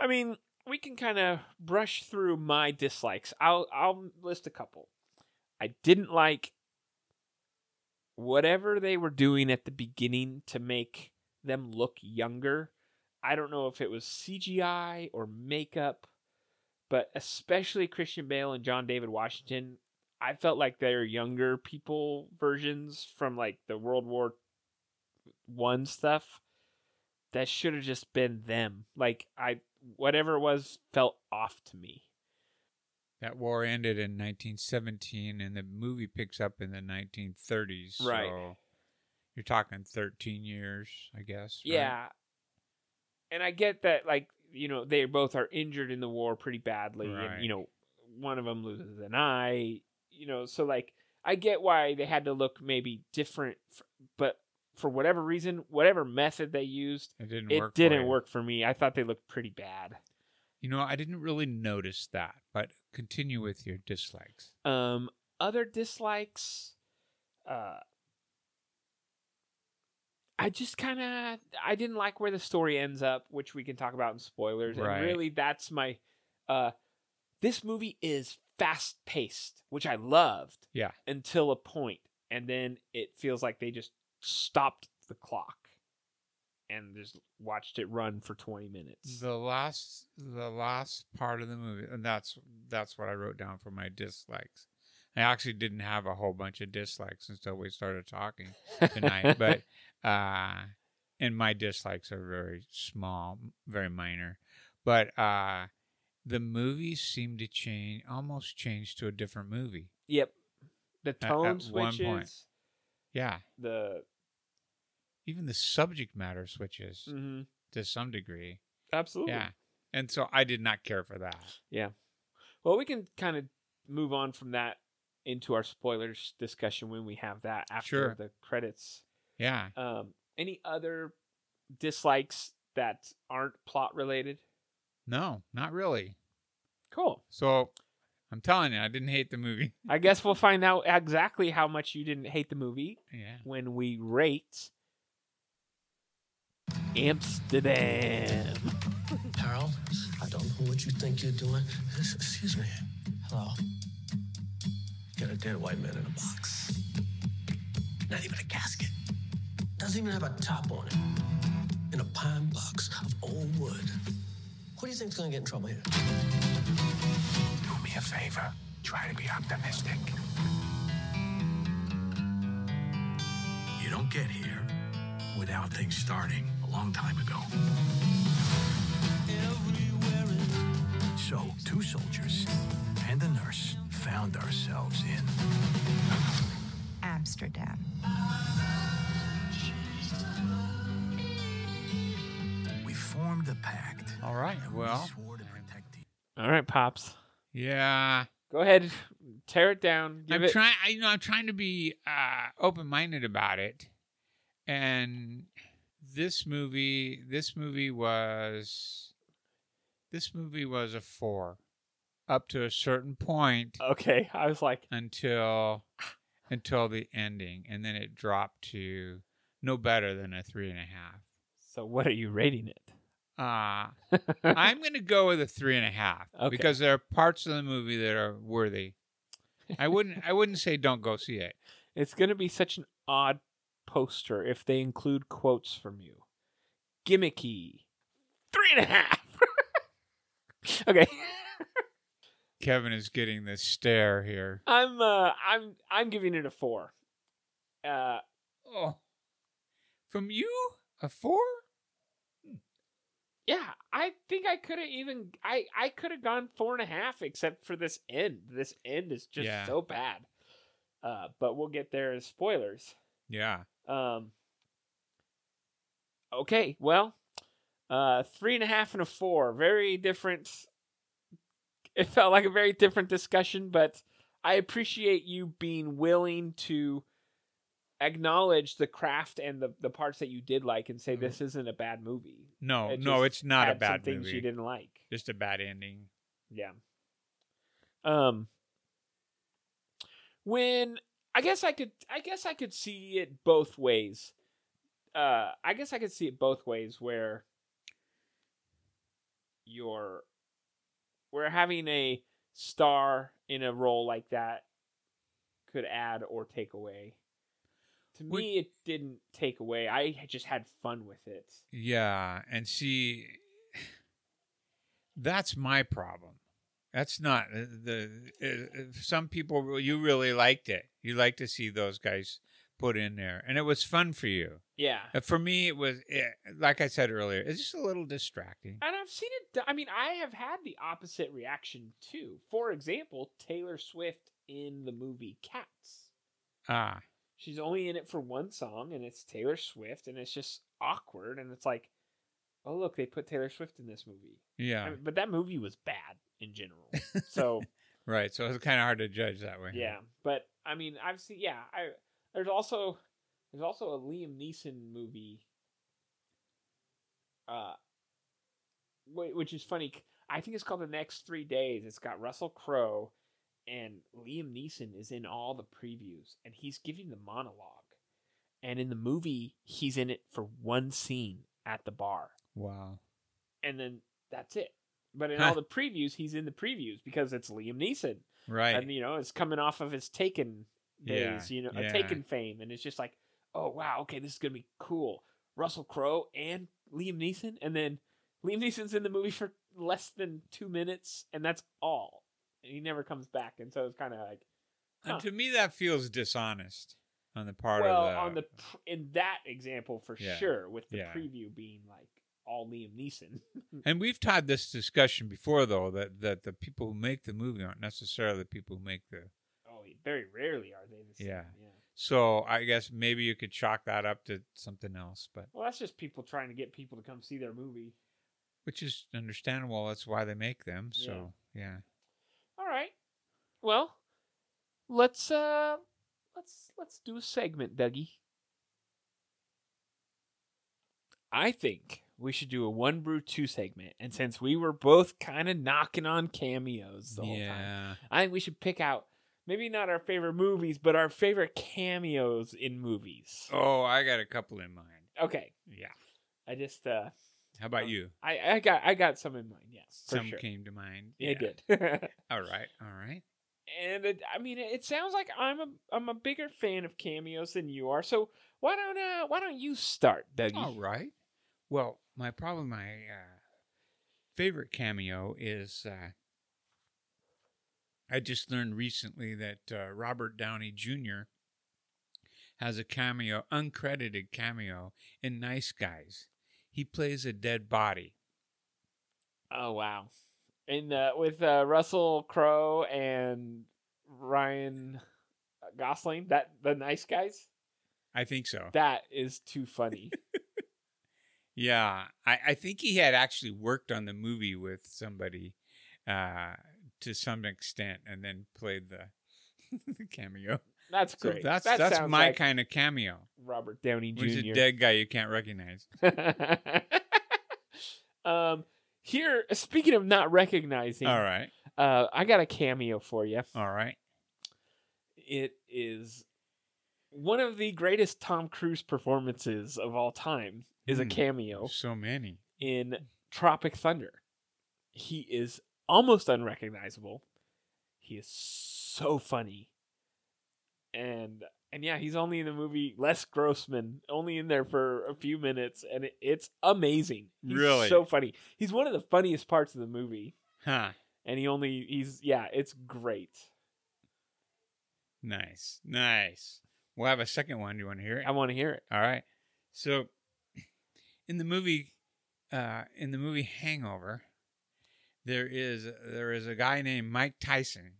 Speaker 1: I mean, we can kind of brush through my dislikes. I'll I'll list a couple. I didn't like whatever they were doing at the beginning to make them look younger. I don't know if it was CGI or makeup, but especially Christian Bale and John David Washington, I felt like they're younger people versions from like the World War 1 stuff that should have just been them. Like I whatever it was felt off to me.
Speaker 2: That war ended in 1917, and the movie picks up in the 1930s.
Speaker 1: Right.
Speaker 2: So you're talking 13 years, I guess. right?
Speaker 1: Yeah. And I get that like, you know, they both are injured in the war pretty badly
Speaker 2: Right.
Speaker 1: and you know, one of them loses an eye, you know, so like I get why they had to look maybe different, f- but for whatever reason, whatever method they used,
Speaker 2: It didn't
Speaker 1: it
Speaker 2: work. for
Speaker 1: didn't
Speaker 2: you.
Speaker 1: work for me. I thought they looked pretty bad.
Speaker 2: You know, I didn't really notice that, but continue with your dislikes.
Speaker 1: Um, other dislikes, uh, I just kind of I didn't like where the story ends up, which we can talk about in spoilers.
Speaker 2: Right.
Speaker 1: And really, that's my. Uh, this movie is fast paced, which I loved.
Speaker 2: Yeah.
Speaker 1: Until a point, and then it feels like they just stopped the clock, and just watched it run for twenty minutes.
Speaker 2: The last, the last part of the movie, and that's that's what I wrote down for my dislikes. I actually didn't have a whole bunch of dislikes until we started talking.
Speaker 1: (laughs)
Speaker 2: tonight, but uh, and my dislikes are very small, very minor. But uh, the movie seemed to change, almost change to a different movie.
Speaker 1: yep, the
Speaker 2: at
Speaker 1: tone
Speaker 2: one point.
Speaker 1: switches.
Speaker 2: Yeah,
Speaker 1: The
Speaker 2: even the subject matter switches
Speaker 1: mhm,
Speaker 2: to some degree.
Speaker 1: absolutely.
Speaker 2: Yeah, and so I did not care for that.
Speaker 1: Well, we can kind of move on from that into our spoilers discussion when we have that after
Speaker 2: Sure.
Speaker 1: the credits.
Speaker 2: Yeah,
Speaker 1: Um, any other dislikes that aren't plot related?
Speaker 2: no, not really.
Speaker 1: Cool.
Speaker 2: So I'm telling you, I didn't hate the movie. (laughs)
Speaker 1: I guess we'll find out exactly how much you didn't hate the movie
Speaker 2: Yeah.
Speaker 1: when we rate Amsterdam.
Speaker 7: Harold, I don't know what you think you're doing. Excuse me. Hello. Got a dead white man in a box. Not even a casket. Doesn't even have a top on it. In a pine box of old wood. Who do you think's gonna get in trouble here?
Speaker 8: Do me a favor. Try to be optimistic. You don't get here without things starting a long time ago. So, two soldiers and a nurse found ourselves in
Speaker 9: Amsterdam.
Speaker 8: We formed a pact.
Speaker 2: All right. Well,
Speaker 8: we swore to protect each
Speaker 1: All right, pops.
Speaker 2: yeah.
Speaker 1: Go ahead, tear it down. Give
Speaker 2: I'm
Speaker 1: it.
Speaker 2: trying. You know, I'm trying to be uh, open-minded about it. And this movie, this movie was, this movie was a four, up to a certain point
Speaker 1: okay, I was like,
Speaker 2: until, until the ending, and then it dropped to no better than a three and a half.
Speaker 1: so what are you rating it?
Speaker 2: Uh,
Speaker 1: (laughs)
Speaker 2: I'm going to go with a three and a half
Speaker 1: Okay.
Speaker 2: because there are parts of the movie that are worthy. I wouldn't. I wouldn't say don't go see it.
Speaker 1: It's going to be such an odd poster if they include quotes from you. Gimmicky. Three and a half. (laughs) okay.
Speaker 2: Kevin is getting this stare here.
Speaker 1: I'm uh I'm I'm giving it a four. Uh
Speaker 2: Oh, from you a four?
Speaker 1: yeah, I think I could have even I I could have gone four and a half except for this end. This end is just
Speaker 2: Yeah.
Speaker 1: so bad. Uh but we'll get there as spoilers.
Speaker 2: Yeah.
Speaker 1: Um Okay, well, uh three and a half and a four. Very different it felt like a very different discussion, but I appreciate you being willing to acknowledge the craft and the, the parts that you did like and say this isn't a bad movie.
Speaker 2: No,
Speaker 1: It
Speaker 2: Mm-hmm. Oh, no,
Speaker 1: just
Speaker 2: it's not
Speaker 1: had
Speaker 2: a
Speaker 1: some
Speaker 2: bad
Speaker 1: things you
Speaker 2: movie.
Speaker 1: didn't like.
Speaker 2: Just a bad ending.
Speaker 1: Yeah. Um when I guess I could I guess I could see it both ways. Uh I guess I could see it both ways where you're where having a star in a role like that could add or take away. To
Speaker 2: Would-
Speaker 1: me it didn't take away. I just had fun with it.
Speaker 2: Yeah, and see, that's my problem. That's not uh, the. the uh, some people re- you really liked it. You like to see those guys put in there, and it was fun for you.
Speaker 1: Yeah.
Speaker 2: Uh, For me, it was eh, like I said earlier. It's just a little distracting.
Speaker 1: And I've seen it. do- I mean, I have had the opposite reaction too. For example, Taylor Swift in the movie Cats.
Speaker 2: Ah,
Speaker 1: She's only in it for one song, and it's Taylor Swift, and it's just awkward. And it's like, oh look, they put Taylor Swift in this movie. I
Speaker 2: yeah,
Speaker 1: mean, but that movie was bad in general. So
Speaker 2: right. So it's kind of hard to judge that way.
Speaker 1: yeah, but I mean, I've seen. Yeah, I there's also there's also a Liam Neeson movie. Uh, whi- which is funny. c- I think it's called The Next Three Days. It's got Russell Crowe, and Liam Neeson is in all the previews, and he's giving the monologue. And in the movie, he's in it for one scene at the bar
Speaker 2: Wow.
Speaker 1: and then that's it. But in
Speaker 2: Huh.
Speaker 1: all the previews, he's in the previews because it's Liam Neeson,
Speaker 2: Right.
Speaker 1: and you know it's coming off of his Taken
Speaker 2: Yeah,
Speaker 1: days, you know,
Speaker 2: yeah.
Speaker 1: a Taken fame, and it's just like, oh wow, okay, this is gonna be cool. Russell Crowe and Liam Neeson, and then Liam Neeson's in the movie for less than two minutes, and that's all, and he never comes back, and so it's kind of like,
Speaker 2: And
Speaker 1: huh.
Speaker 2: to me, that feels dishonest on the part
Speaker 1: well,
Speaker 2: of the.
Speaker 1: on the pr- in that example for
Speaker 2: Yeah,
Speaker 1: sure, with the
Speaker 2: yeah.
Speaker 1: preview being like all Liam Neeson. (laughs)
Speaker 2: and we've had this discussion before, though, that that the people who make the movie aren't necessarily the people who make the.
Speaker 1: oh, very rarely are they the same.
Speaker 2: Yeah.
Speaker 1: yeah.
Speaker 2: So I guess maybe you could chalk that up to something else, but
Speaker 1: Well, that's just people trying to get people to come see their movie.
Speaker 2: which is understandable. That's why they make them.
Speaker 1: Yeah.
Speaker 2: So yeah,
Speaker 1: All right. Well, let's uh let's let's do a segment, Dougie. I think we should do a one brew two segment, and since we were both kind of knocking on cameos the whole time,
Speaker 2: yeah.
Speaker 1: I think we should pick out maybe not our favorite movies, but our favorite cameos in movies.
Speaker 2: Oh, I got a couple in mind.
Speaker 1: Okay,
Speaker 2: Yeah.
Speaker 1: I just uh
Speaker 2: How about
Speaker 1: Um,
Speaker 2: you?
Speaker 1: I I got I got some in mind. Yes, for
Speaker 2: Some
Speaker 1: sure.
Speaker 2: came to mind.
Speaker 1: Yeah, I did. (laughs)
Speaker 2: All right. All right.
Speaker 1: and it, I mean, it sounds like I'm a I'm a bigger fan of cameos than you are. So why don't uh, why don't you start, Dougie?
Speaker 2: All right. Well, my problem, my uh, favorite cameo is uh, I just learned recently that uh, Robert Downey Jr. has a cameo, uncredited cameo in Nice Guys. He plays a dead body.
Speaker 1: Oh wow! And uh, with uh, Russell Crowe and Ryan Gosling? That the nice guys?
Speaker 2: I think so.
Speaker 1: That is too
Speaker 2: (laughs)
Speaker 1: funny.
Speaker 2: Yeah, I, I think he had actually worked on the movie with somebody uh, to some extent, and then played the, (laughs) the cameo.
Speaker 1: That's
Speaker 2: So
Speaker 1: great.
Speaker 2: that's
Speaker 1: That
Speaker 2: that's
Speaker 1: sounds
Speaker 2: my
Speaker 1: like
Speaker 2: kind of cameo.
Speaker 1: Robert Downey
Speaker 2: Who's a
Speaker 1: Jr.
Speaker 2: dead guy you can't recognize?
Speaker 1: (laughs)
Speaker 2: (laughs)
Speaker 1: um, here, speaking of not recognizing,
Speaker 2: All right,
Speaker 1: uh, I got a cameo for you.
Speaker 2: all right.
Speaker 1: It is one of the greatest Tom Cruise performances of all time. Is a
Speaker 2: Hmm.
Speaker 1: cameo
Speaker 2: So many.
Speaker 1: in Tropic Thunder. He is almost unrecognizable. He is so funny. And and yeah, he's only in the movie Les Grossman, only in there for a few minutes, and it, it's amazing. He's
Speaker 2: Really?
Speaker 1: so funny. He's one of the funniest parts of the movie,
Speaker 2: Huh.
Speaker 1: and he only he's yeah, it's great.
Speaker 2: Nice, nice. We'll have a second one. Do you want to hear it?
Speaker 1: I want to hear it.
Speaker 2: All right. So in the movie uh in the movie Hangover, there is there is a guy named Mike
Speaker 1: (laughs)
Speaker 2: Tyson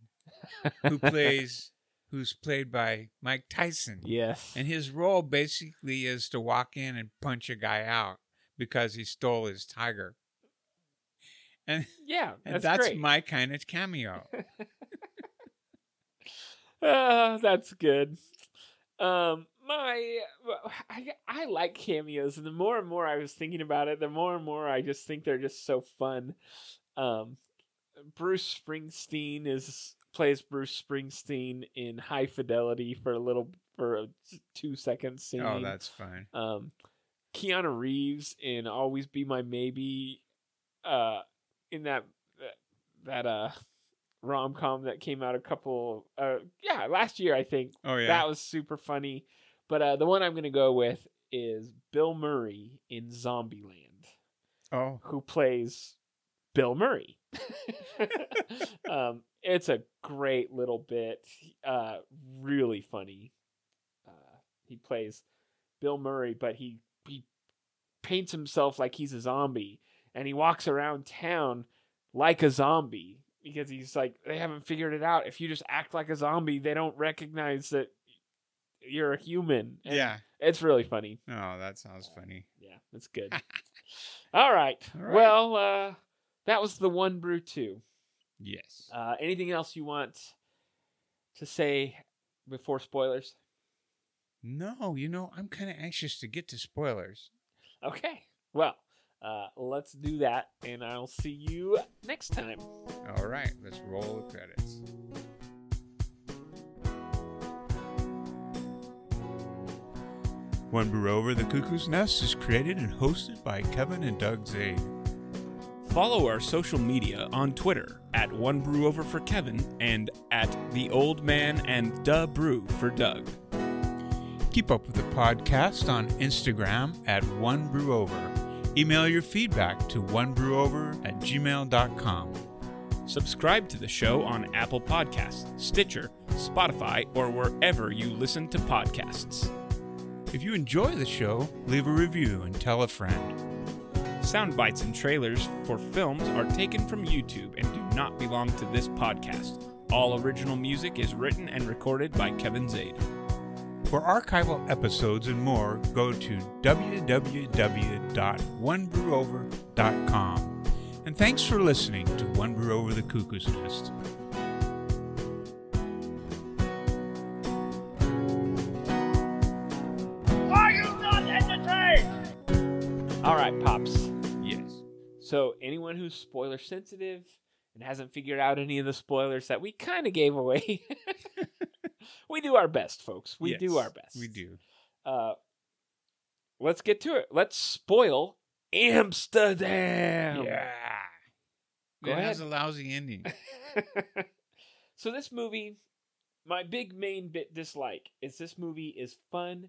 Speaker 2: who plays who's played by Mike Tyson.
Speaker 1: Yes.
Speaker 2: And his role basically is to walk in and punch a guy out because he stole his tiger. And
Speaker 1: yeah,
Speaker 2: and
Speaker 1: that's,
Speaker 2: that's,
Speaker 1: great.
Speaker 2: my kind of cameo. Oh,
Speaker 1: Ah, that's good. Um, my I, I like cameos, and the more and more I was thinking about it, the more and more I just think they're just so fun. Um, Bruce Springsteen is plays Bruce Springsteen in High Fidelity for a little for a two second scene.
Speaker 2: oh, that's fun.
Speaker 1: Um, Keanu Reeves in Always Be My Maybe, uh, in that that uh rom com that came out a couple uh yeah last year I think
Speaker 2: Oh yeah.
Speaker 1: that was super funny. But uh, the one I'm gonna go with is Bill Murray in Zombieland,
Speaker 2: oh.
Speaker 1: who plays Bill Murray. um, it's a great little bit, uh, really funny. Uh, he plays Bill Murray, but he he paints himself like he's a zombie, and he walks around town like a zombie because he's like they haven't figured it out. If you just act like a zombie, they don't recognize that you're a human. And
Speaker 2: Yeah.
Speaker 1: it's really funny.
Speaker 2: Oh, that sounds funny.
Speaker 1: Yeah, that's good. All, right.
Speaker 2: (laughs) All right.
Speaker 1: Well, uh, that was the one brew two.
Speaker 2: Yes.
Speaker 1: Uh, anything else you want to say before spoilers?
Speaker 2: No, you know, I'm kind of anxious to get to spoilers.
Speaker 1: Okay. Well, uh, let's do that, and I'll see you next time.
Speaker 2: All right, let's roll the credits. One Brew Over the Cuckoo's Nest is created and hosted by Kevin and Doug Zade.
Speaker 3: Follow our social media on Twitter at One Brew Over for Kevin and at The Old Man and Duh Brew for Doug.
Speaker 2: Keep up with the podcast on Instagram at One Brew Over. Email your feedback to onebrewover at gmail.com.
Speaker 3: Subscribe to the show on Apple Podcasts, Stitcher, Spotify, or wherever you listen to podcasts.
Speaker 2: If you enjoy the show, leave a review and tell a friend.
Speaker 3: Sound bites and trailers for films are taken from YouTube and do not belong to this podcast. All original music is written and recorded by Kevin Zade.
Speaker 2: For archival episodes and more, go to www.onebrewover.com. And thanks for listening to One Brew Over the Cuckoo's Nest.
Speaker 1: All right, pops.
Speaker 2: Yes.
Speaker 1: So, anyone who's spoiler sensitive and hasn't figured out any of the spoilers that we kind of gave away, (laughs) we do our best, folks. We do our best.
Speaker 2: We do.
Speaker 1: uh, let's get to it. Let's spoil Amsterdam. Um, Go
Speaker 2: it
Speaker 1: ahead.
Speaker 2: has a lousy ending.
Speaker 1: (laughs) so this movie, my big main bit dislike is this movie is fun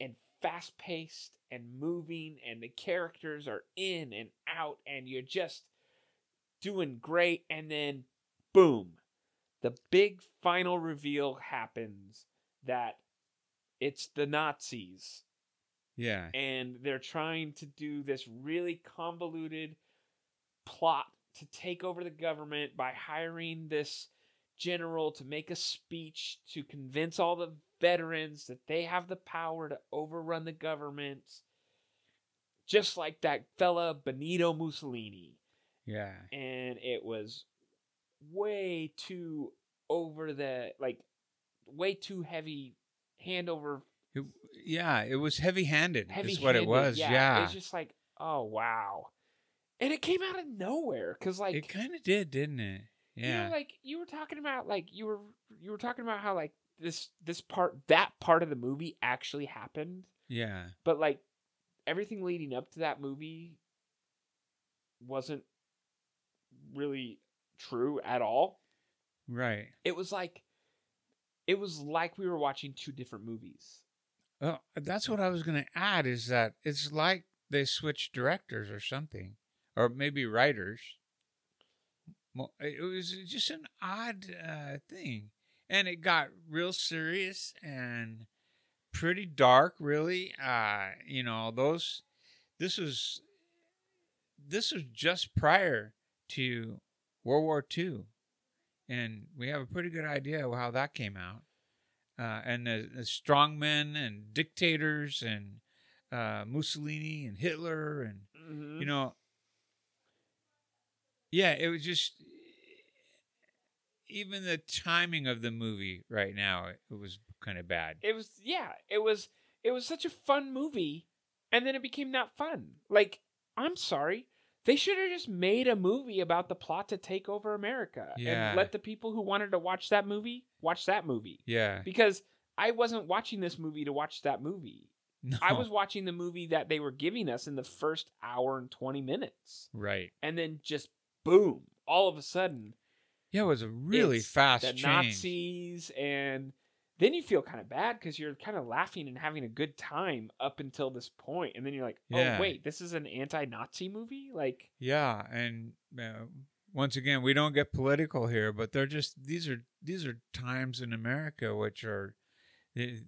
Speaker 1: and fast paced and moving, and the characters are in and out, and you're just doing great, and then boom, the big final reveal happens that it's the Nazis
Speaker 2: Yeah.
Speaker 1: and they're trying to do this really convoluted plot to take over the government by hiring this
Speaker 9: general to make a speech to convince all the veterans that they have the power to overrun the government, just like that fella Benito Mussolini.
Speaker 2: Yeah.
Speaker 9: And it was way too over the, like, way too heavy hand over
Speaker 2: It, yeah, it was heavy-handed.
Speaker 9: heavy.
Speaker 2: is what it was. Yeah.
Speaker 9: It's just like, oh, wow. And it came out of nowhere because, like,
Speaker 2: it kind of did, didn't it?
Speaker 9: You
Speaker 2: Yeah.
Speaker 9: know, like you were talking about, like you were you were talking about how like this this part that part of the movie actually happened,
Speaker 2: yeah.
Speaker 9: but like everything leading up to that movie wasn't really true at all.
Speaker 2: Right.
Speaker 9: It was like it was like we were watching two different movies.
Speaker 2: Well, that's what I was going to add is that it's like they switched directors or something, or maybe writers. Mo- It was just an odd uh, thing. And it got real serious and pretty dark, really. Uh, you know, those, this was, this was just prior to World War II. And we have a pretty good idea of how that came out uh, and the, the strongmen and dictators and uh, Mussolini and Hitler and
Speaker 9: Mm-hmm.
Speaker 2: you know, yeah, it was just even the timing of the movie right now it, it was kind of bad.
Speaker 9: It was yeah, it was it was such a fun movie and then it became not fun. Like, I'm sorry. They should have just made a movie about the plot to take over America
Speaker 2: Yeah.
Speaker 9: and let the people who wanted to watch that movie watch that movie.
Speaker 2: Yeah, (laughs)
Speaker 9: Because I wasn't watching this movie to watch that movie.
Speaker 2: no,
Speaker 9: I was watching the movie that they were giving us in the first hour and 20 minutes.
Speaker 2: right.
Speaker 9: And then just boom, all of a sudden,
Speaker 2: Yeah, it was a really
Speaker 9: it's
Speaker 2: fast
Speaker 9: the
Speaker 2: change.
Speaker 9: Nazis, and then you feel kind of bad because you're kind of laughing and having a good time up until this point, and then you're like, oh
Speaker 2: Yeah.
Speaker 9: wait, this is an anti-Nazi movie, like
Speaker 2: Yeah, and uh, once again, we don't get political here, but they're just these are these are times in America which are they-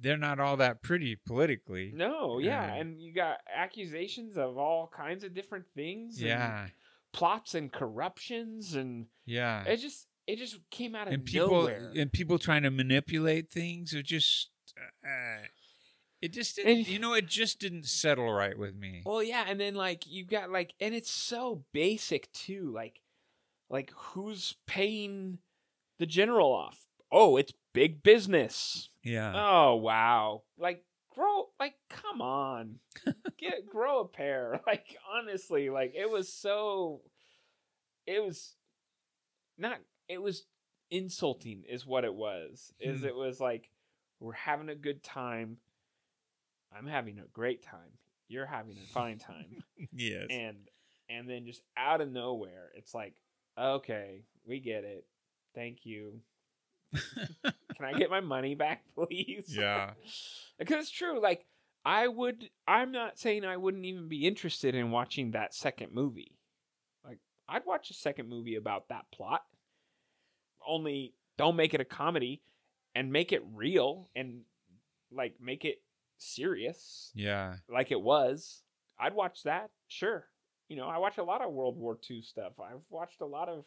Speaker 2: they're not all that pretty politically.
Speaker 9: no, yeah,
Speaker 2: Yeah.
Speaker 9: and you got accusations of all kinds of different things, and
Speaker 2: yeah,
Speaker 9: plots and corruptions, and
Speaker 2: yeah,
Speaker 9: it just it just came out of
Speaker 2: and people
Speaker 9: nowhere.
Speaker 2: and people trying to manipulate things are just uh, it just didn't,
Speaker 9: And-
Speaker 2: you know it just didn't settle right with me.
Speaker 9: Well, yeah, and then like you got like, and it's so basic too. Like, like who's paying the general off? Oh, it's big business.
Speaker 2: (laughs) Yeah,
Speaker 9: Oh wow! Like grow, like come on, get grow a pair. (laughs) Like honestly, like it was so, it was not. It was insulting, is what it was. Is
Speaker 2: Hmm.
Speaker 9: it was like we're having a good time. I'm having a great time. You're having a fine time,
Speaker 2: (laughs) yes,
Speaker 9: um, and and then just out of nowhere, it's like, okay, we get it. Thank you. Can I get my money back, (laughs) please? (laughs)
Speaker 2: yeah,
Speaker 9: because it's true like i would i'm not saying i wouldn't even be interested in watching that second movie like i'd watch a second movie about that plot only don't make it a comedy and make it real and like make it serious
Speaker 2: yeah,
Speaker 9: like it was i'd watch that sure you know i watch a lot of world war ii stuff i've watched a lot of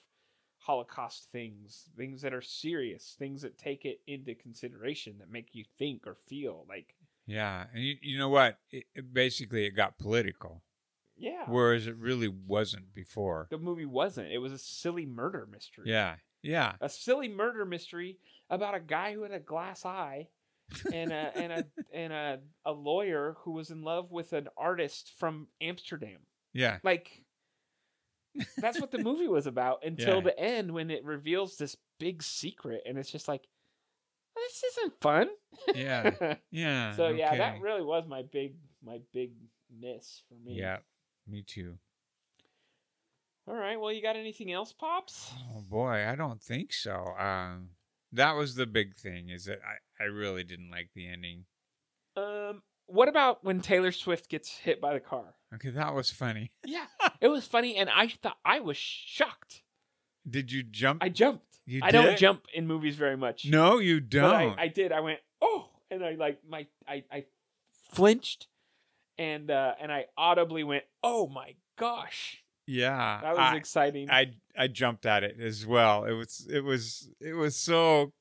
Speaker 9: holocaust things things that are serious things that take it into consideration that make you think or feel like
Speaker 2: yeah. And you, you know what? It, it basically, it got political,
Speaker 9: Yeah.
Speaker 2: whereas it really wasn't before.
Speaker 9: the movie wasn't. It was a silly murder mystery.
Speaker 2: Yeah, yeah,
Speaker 9: A silly murder mystery about a guy who had a glass eye and a and a and a, a lawyer who was in love with an artist from Amsterdam.
Speaker 2: yeah.
Speaker 9: Like
Speaker 2: (laughs)
Speaker 9: that's what the movie was about until
Speaker 2: Yeah.
Speaker 9: the end when it reveals this big secret and it's just like this isn't fun. (laughs)
Speaker 2: yeah, yeah.
Speaker 9: so
Speaker 2: no
Speaker 9: yeah, that
Speaker 2: kidding.
Speaker 9: really was my big my big miss for me.
Speaker 2: yeah, me too.
Speaker 9: All right. Well, you got anything else, pops?
Speaker 2: Oh boy, I don't think so. Um, that was the big thing is that I, I really didn't like the ending.
Speaker 9: Um, what about when Taylor Swift gets hit by the car?
Speaker 2: Okay, that was funny. (laughs)
Speaker 9: Yeah, it was funny, and I thought I was shocked.
Speaker 2: Did you jump?
Speaker 9: I jumped.
Speaker 2: You
Speaker 9: I don't
Speaker 2: did?
Speaker 9: jump in movies very much.
Speaker 2: no, you
Speaker 9: but
Speaker 2: don't.
Speaker 9: I, I did. I went oh, and I like my I I flinched, and uh and I audibly went oh my gosh,
Speaker 2: Yeah.
Speaker 9: That was
Speaker 2: I-
Speaker 9: exciting.
Speaker 2: I I jumped at it as well. It was it was it was so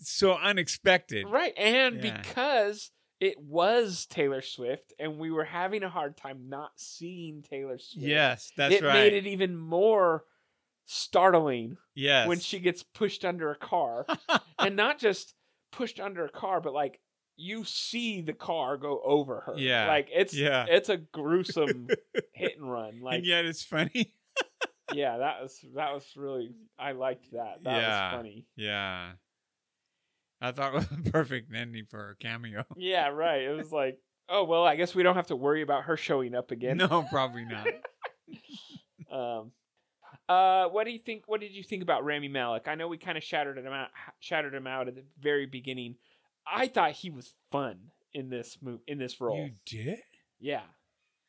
Speaker 2: so unexpected.
Speaker 9: right. And
Speaker 2: Yeah.
Speaker 9: because it was Taylor Swift and we were having a hard time not seeing Taylor Swift.
Speaker 2: Yes, that's
Speaker 9: it
Speaker 2: right.
Speaker 9: made it even more startling
Speaker 2: yes.
Speaker 9: when she gets pushed under
Speaker 2: (laughs)
Speaker 9: a car. and not just pushed under a car, but like you see the car go over her.
Speaker 2: Yeah.
Speaker 9: Like it's
Speaker 2: Yeah.
Speaker 9: it's
Speaker 2: (laughs)
Speaker 9: a gruesome hit and run. Like
Speaker 2: and yet it's funny.
Speaker 9: yeah, that was that was really I liked that. That
Speaker 2: Yeah.
Speaker 9: was funny.
Speaker 2: Yeah. I thought it was a perfect ending for a cameo.
Speaker 9: Yeah, right. It was like, oh well, I guess we don't have to worry about her showing up
Speaker 2: (laughs)
Speaker 9: again.
Speaker 2: No, probably
Speaker 9: (laughs)
Speaker 2: not.
Speaker 9: Um, uh, what do you think? What did you think about Rami Malik? I know we kind of shattered him out, shattered him out at the very beginning. I thought he was fun in this move, in this role.
Speaker 2: you did?
Speaker 9: Yeah,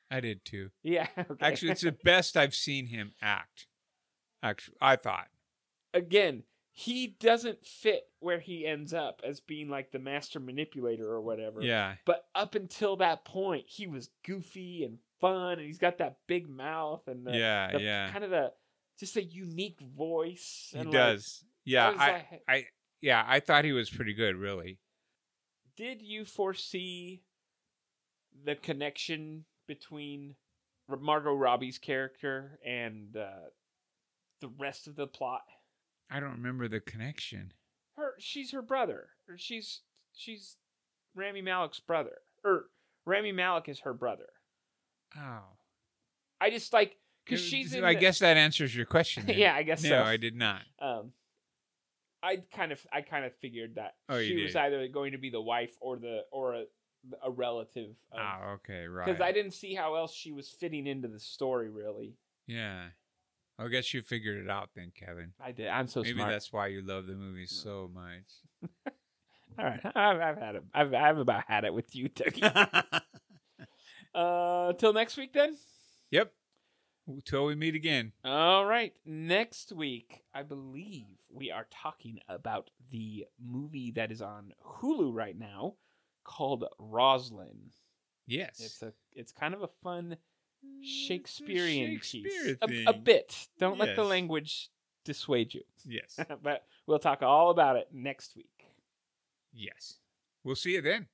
Speaker 2: I did too.
Speaker 9: yeah. (laughs) okay.
Speaker 2: Actually, it's the best I've seen him act. Actually, I thought.
Speaker 9: (laughs) again, he doesn't fit where he ends up as being like the master manipulator or whatever.
Speaker 2: Yeah.
Speaker 9: But up until that point, he was goofy and fun, and he's got that big mouth and the,
Speaker 2: yeah,
Speaker 9: the-
Speaker 2: yeah.
Speaker 9: kind of the just a unique voice.
Speaker 2: He
Speaker 9: and, like,
Speaker 2: does.
Speaker 9: I
Speaker 2: yeah,
Speaker 9: was
Speaker 2: I
Speaker 9: like,
Speaker 2: yeah, I thought he was pretty good, really.
Speaker 9: did you foresee the connection between R- Margot Robbie's character and uh, the rest of the plot?
Speaker 2: I don't remember the connection.
Speaker 9: Her, she's her brother. Or she's she's Rami Malek's brother, or Rami Malek is her brother.
Speaker 2: Oh,
Speaker 9: I just like because
Speaker 2: It-
Speaker 9: she's.
Speaker 2: so
Speaker 9: In
Speaker 2: I
Speaker 9: the-
Speaker 2: guess that answers your
Speaker 9: (laughs)
Speaker 2: question. then.
Speaker 9: yeah, I guess
Speaker 2: no,
Speaker 9: so.
Speaker 2: I did not.
Speaker 9: Um, I kind of I kind of figured that
Speaker 2: Oh,
Speaker 9: she
Speaker 2: you
Speaker 9: was
Speaker 2: did.
Speaker 9: either going to be the wife or the or a, a relative. Of,
Speaker 2: Oh, okay, right.
Speaker 9: because I didn't see how else she was fitting into the story. Really,
Speaker 2: yeah, I guess you figured it out then, Kevin.
Speaker 9: I did. I'm so
Speaker 2: Maybe
Speaker 9: smart. Mm.
Speaker 2: that's why you love the movie so much.
Speaker 9: All right, I've, I've had it. I've, I've about had it with
Speaker 2: (laughs)
Speaker 9: you, Dougie. uh, till next week, then.
Speaker 2: yep. Till we meet again.
Speaker 9: All right, next week I believe we are talking about the movie that is on Hulu right now called Roslyn.
Speaker 2: Yes.
Speaker 9: It's a it's kind of a fun Shakespearean
Speaker 2: Mm, Shakespeare
Speaker 9: piece. A- A,
Speaker 2: thing.
Speaker 9: bit. Don't let the
Speaker 2: Yes.
Speaker 9: language dissuade you. (laughs)
Speaker 2: yes.
Speaker 9: but we'll talk all about it next week.
Speaker 2: Yes. We'll see you then.